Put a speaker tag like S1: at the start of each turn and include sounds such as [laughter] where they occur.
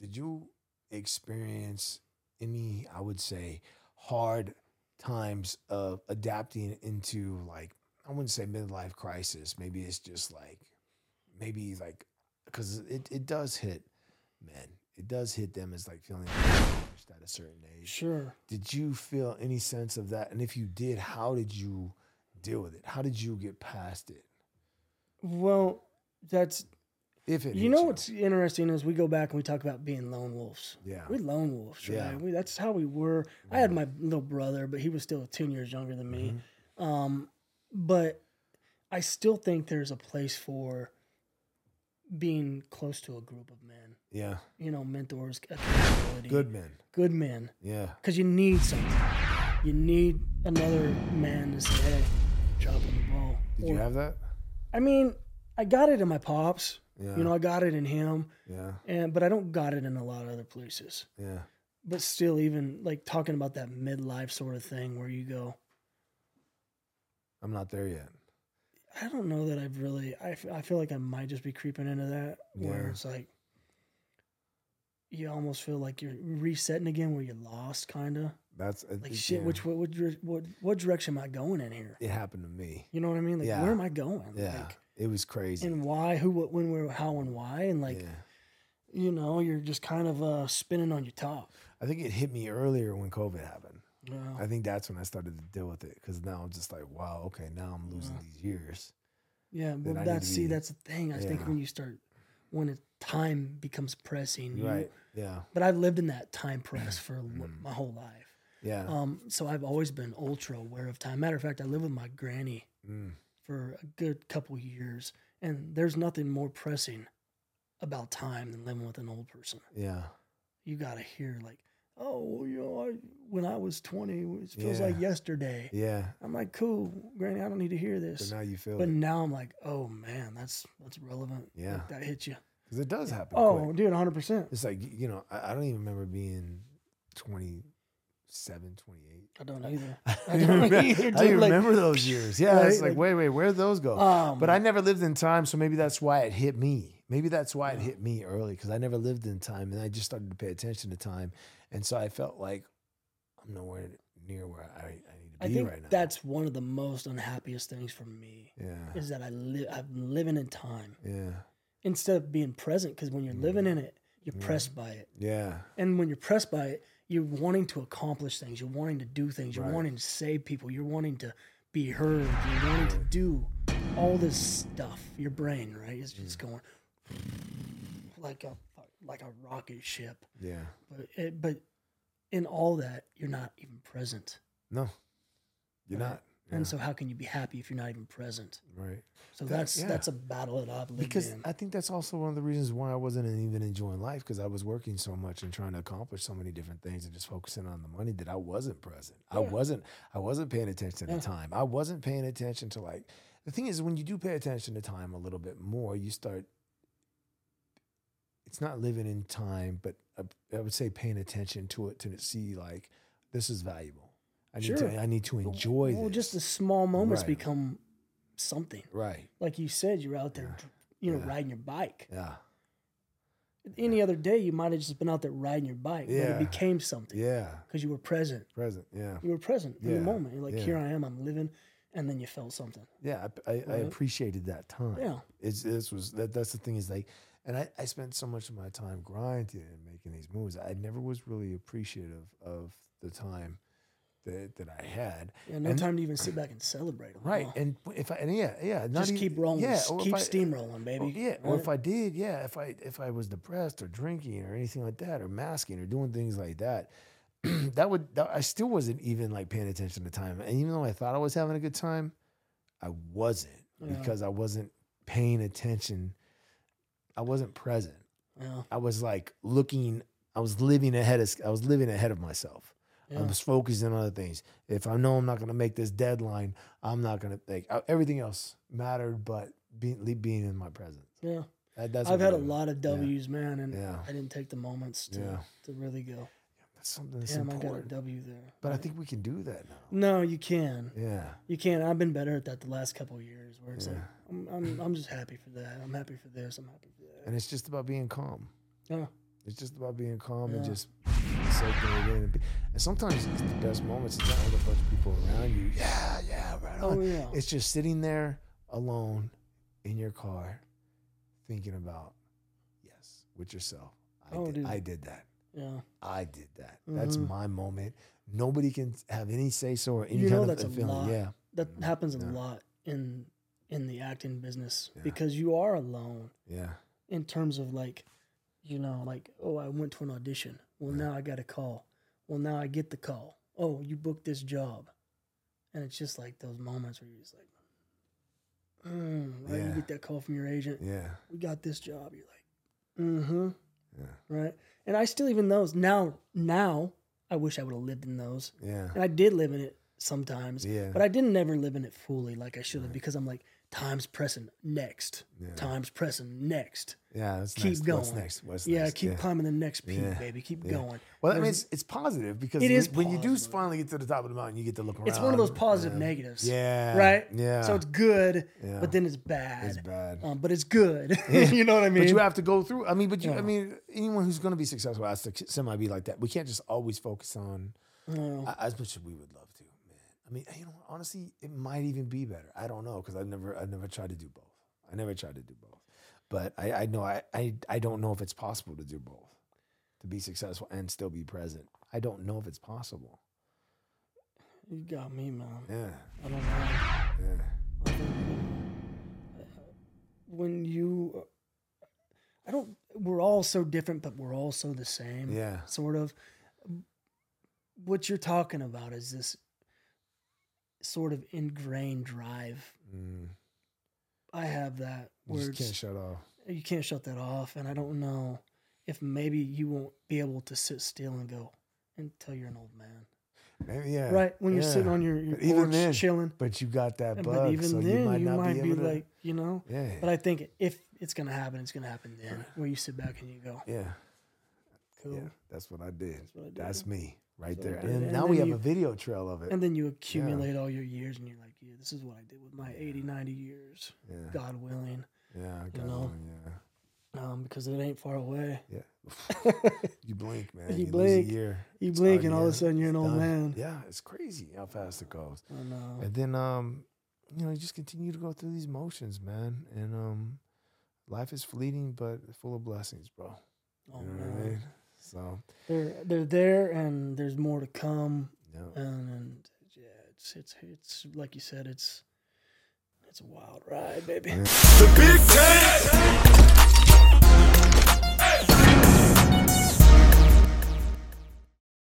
S1: Did you experience any, I would say, hard times of adapting into like, I wouldn't say midlife crisis. Maybe it's just like, maybe like, because it, it does hit men. It does hit them as like feeling accomplished at a certain age.
S2: Sure.
S1: Did you feel any sense of that? And if you did, how did you deal with it? How did you get past it?
S2: Well, that's
S1: If it
S2: you
S1: hit
S2: know what's interesting is we go back and we talk about being lone wolves.
S1: Yeah.
S2: We lone wolves, right?
S1: Yeah.
S2: We, that's how we were. I had my little brother, but he was still ten years younger than me.
S1: Mm-hmm.
S2: Um, but I still think there's a place for being close to a group of men.
S1: Yeah.
S2: You know, mentors, accountability,
S1: Good men.
S2: good men,
S1: Yeah.
S2: because you need something. You need another man to say, "Hey, dropping the ball."
S1: Did you
S2: Or-
S1: have that?
S2: I mean, I got it in my pops.
S1: Yeah.
S2: You know, I got it in him,
S1: yeah.
S2: and but I don't got it in a lot of other places.
S1: Yeah.
S2: But still, even like talking about that midlife sort of thing, where you go,
S1: I'm not there yet.
S2: I don't know that I've really. I, f- I feel like I might just be creeping into that where
S1: Yeah.
S2: it's like you almost feel like you're resetting again, where you lost, kind of
S1: That's uh, it-
S2: like
S1: it-
S2: shit.
S1: yeah.
S2: Which what, what dir- what what direction am I going in here?
S1: it happened to me.
S2: You know what I mean? Like
S1: Yeah.
S2: where am I going?
S1: Yeah.
S2: Like,
S1: it was crazy.
S2: and why? Who? What? When? Where? How? And why? And like.
S1: yeah.
S2: you know, you're just kind of uh, spinning on your top.
S1: I think it hit me earlier when COVID happened.
S2: You know?
S1: I think that's when I started to deal with it because now I'm just like, wow, okay, now I'm losing these years.
S2: yeah,
S1: I
S2: but
S1: need
S2: that's
S1: to
S2: see,
S1: be-
S2: that's the thing. I think
S1: yeah.
S2: when you start, when it, time becomes pressing, you-
S1: Right. Yeah.
S2: But I've lived in that time press
S1: [laughs]
S2: for w- my whole life.
S1: Yeah.
S2: Um, so I've always been ultra aware of time. Matter of fact, I lived with my granny
S1: Mm.
S2: for a good couple years, and there's nothing more pressing about time than living with an old person.
S1: Yeah.
S2: You got to hear like, oh, well, you know, I, when I was 20, it feels
S1: Yeah.
S2: like yesterday.
S1: Yeah.
S2: I'm like, cool, Granny, I don't need to hear
S1: But
S2: this.
S1: now you feel
S2: But
S1: it
S2: now I'm like, oh man, that's that's relevant.
S1: Yeah.
S2: Like, that hits you.
S1: because it does happen.
S2: Oh,
S1: quick.
S2: dude, 100. percent
S1: it's like, y- you know, I, I don't even remember being 27, 28.
S2: I don't either.
S1: [laughs] I
S2: I
S1: even
S2: don't
S1: remember,
S2: either.
S1: I even
S2: Dude, like,
S1: remember those
S2: [laughs]
S1: years. Yeah, it's
S2: right?
S1: like, wait, wait, where'd those go?
S2: um,
S1: Oh, but I never lived in time, so maybe that's why it hit me. Maybe that's why it hit me early because I never lived in time, and I just started to pay attention to time, and so I felt like I'm nowhere near where I, I need to
S2: I
S1: be
S2: think
S1: right now.
S2: that's one of the most unhappiest things for me
S1: yeah,
S2: is that I live I'm living in time
S1: yeah,
S2: instead of being present because when you're living
S1: Mm.
S2: in it, you're
S1: Yeah.
S2: pressed by it,
S1: yeah,
S2: and when you're pressed by it, you're wanting to accomplish things, you're wanting to do things, you're
S1: Right.
S2: wanting to save people, you're wanting to be heard, you're wanting to do all this stuff. Your brain, right, is
S1: Mm.
S2: just going like a like a rocket ship.
S1: yeah.
S2: But it, but in all that, you're not even present.
S1: No, you're
S2: Right.
S1: not. Yeah,
S2: And so, how can you be happy if you're not even present?
S1: right.
S2: So
S1: That-
S2: that's
S1: yeah.
S2: that's a battle that I've lived
S1: Because
S2: in.
S1: I think that's also one of the reasons why I wasn't even enjoying life because I was working so much and trying to accomplish so many different things and just focusing on the money that I wasn't present. I
S2: Yeah.
S1: wasn't I wasn't paying attention
S2: Yeah.
S1: to time. I wasn't paying attention to like the thing is when you do pay attention to time a little bit more, you start it's not living in time, but uh, I, I would say paying attention to it to see like this is valuable. I need
S2: Sure.
S1: to I need to enjoy
S2: well,
S1: this.
S2: just the small moments
S1: Right.
S2: become something.
S1: right.
S2: Like you said, you're out there, dr- you know,
S1: Yeah.
S2: riding your bike.
S1: Yeah.
S2: Any other day, you might have just been out there riding your bike,
S1: Yeah.
S2: but it became something
S1: Yeah.
S2: because you were present.
S1: Present. Yeah.
S2: You were present in
S1: Yeah.
S2: the moment. You're like,
S1: Yeah.
S2: here I am, I'm living, and then you felt something.
S1: Yeah, I, I, I
S2: Right.
S1: appreciated that time.
S2: Yeah.
S1: it's this was that. That's the thing is like, and I, I spent so much of my time grinding and making these moves. I never was really appreciative of the time that that I had.
S2: Yeah, no
S1: And-
S2: time to even sit back and celebrate. 'em,
S1: Right,
S2: huh?
S1: and if I and yeah yeah, not
S2: Just
S1: e-
S2: keep rolling.
S1: Yeah,
S2: s-
S1: or if
S2: keep
S1: I-
S2: steamrolling,
S1: or-
S2: baby.
S1: Oh, yeah, or if
S2: Right?
S1: I did, yeah, if I if I was depressed or drinking or anything like that, or masking or doing things like that, [clears throat] that would that, I still wasn't even like paying attention to time. And even though I thought I was having a good time, I wasn't
S2: Yeah.
S1: because I wasn't paying attention. I wasn't present.
S2: yeah,
S1: I was like looking. I was living ahead of. I was living ahead of myself. I
S2: yeah.
S1: was focusing on other things. If I know I'm not going to make this deadline, I'm not going to like I- everything else mattered, but being le- being in my presence.
S2: yeah.
S1: That, that's
S2: I've
S1: what
S2: had a
S1: mattered.
S2: lot of W's, man, and
S1: Yeah.
S2: I didn't take the moments to,
S1: Yeah.
S2: to really go.
S1: That's something that's
S2: Damn, I got a
S1: important.
S2: W there.
S1: But I
S2: Right?
S1: think we can do that now.
S2: no, you can,
S1: Yeah,
S2: you can. I've been better at that the last couple of years, where it's like
S1: Yeah.
S2: I'm, I'm, I'm just happy for that. I'm happy for this. I'm happy for that.
S1: and it's just about being calm.
S2: Yeah.
S1: It's just about being calm and just soaking it in. And, be, and sometimes it's the best moments. It's not with a bunch of people around you. Yeah, yeah, right on.
S2: Oh yeah.
S1: It's just sitting there alone in your car, thinking about yes with yourself. I,
S2: Oh,
S1: did,
S2: dude.
S1: I did that.
S2: yeah.
S1: I did that. That's
S2: Mhm.
S1: my moment. Nobody can have any say so or any
S2: You know
S1: kind of
S2: that's
S1: a
S2: a
S1: feeling.
S2: lot.
S1: Yeah,
S2: That
S1: Mhm.
S2: happens a
S1: Yeah.
S2: lot in in the acting business
S1: Yeah.
S2: because you are alone
S1: yeah,
S2: in terms of like, you know, like oh I went to an audition. Well
S1: Yeah.
S2: now I got a call. Well now I get the call. Oh you booked this job, and it's just like those moments where you're just like, mm, right? You
S1: Yeah.
S2: get that call from your agent.
S1: yeah,
S2: We got this job. You're like, mm-hmm.
S1: yeah,
S2: right? And I still even those now. Now I wish I would have lived in those,
S1: yeah,
S2: and I did live in it sometimes,
S1: yeah.
S2: but I didn't ever live in it fully like I should have because I'm like time's pressing next,
S1: Yeah.
S2: time's pressing next.
S1: yeah, that's
S2: keep
S1: next. What's
S2: going.
S1: next? What's
S2: yeah,
S1: next?
S2: keep climbing the next peak,
S1: Yeah.
S2: baby. Keep
S1: Yeah.
S2: going.
S1: Well, I mean,
S2: There's-
S1: it's, it's positive because
S2: It
S1: when-
S2: is
S1: when you do
S2: positive.
S1: finally get to the top of the mountain, you get to look around.
S2: it's one of those positive negatives.
S1: Yeah.
S2: Right?
S1: Yeah.
S2: So it's good,
S1: Yeah.
S2: but then it's bad.
S1: It's bad.
S2: Um, but
S1: [laughs]
S2: it's good. [laughs] you know what I mean?
S1: but you have to go through. I mean, but you, I
S2: Yeah.
S1: mean, anyone who's going to be successful has to semi be like that. We can't just always focus on
S2: Oh,
S1: I- as much as we would love to, man. I mean, you know, honestly, it might even be better. I don't know because I've never, I've never tried to do both. I never tried to do both, but I, I know I, I, I don't know if it's possible to do both, to be successful and still be present. I don't know if it's possible.
S2: you got me, man.
S1: Yeah,
S2: I don't know.
S1: yeah,
S2: when you i don't we're all so different but we're all so the same
S1: yeah,
S2: sort of what you're talking about is this sort of ingrained drive
S1: mm.
S2: i have that
S1: You
S2: where
S1: just
S2: it's-
S1: can't shut off.
S2: you can't shut that off and i don't know if maybe you won't be able to sit still and go until you're an old man
S1: Maybe, yeah,
S2: right when you're sitting
S1: yeah.
S2: on your, your
S1: But even
S2: porch
S1: then-
S2: chilling
S1: But you got that bug,
S2: but even
S1: so
S2: then
S1: you might not be, able to,
S2: like you know
S1: yeah,
S2: But I think if it's gonna happen, it's gonna happen then. Where you sit back and you go,
S1: yeah.
S2: cool.
S1: Yeah, that's what I did. That's,
S2: what I did.
S1: me right
S2: That's what
S1: there.
S2: I
S1: And,
S2: did. And
S1: now
S2: then
S1: we have
S2: you-
S1: a video trail of it.
S2: And then you accumulate all your years and you're like, yeah, this is what I did with my 80, 90 years,
S1: yeah,
S2: God willing,
S1: yeah, I got
S2: know.
S1: one, yeah. [laughs]
S2: um, because it ain't far away.
S1: Yeah. you blink, man. You,
S2: You blink.
S1: Lose a year.
S2: You
S1: It's
S2: blink
S1: done,
S2: and all of a
S1: yeah.
S2: sudden you're an
S1: It's
S2: old
S1: done.
S2: man. Oh.
S1: Yeah, it's crazy how fast it goes.
S2: I know.
S1: And then um, you know, you just continue to go through these motions, man. And um life is fleeting but full of blessings, bro.
S2: Oh,
S1: you know what I
S2: man.
S1: mean? So
S2: They're they're there and there's more to come.
S1: yeah.
S2: And, and yeah, it's it's it's like you said, it's it's a wild ride, baby.
S3: The big cat.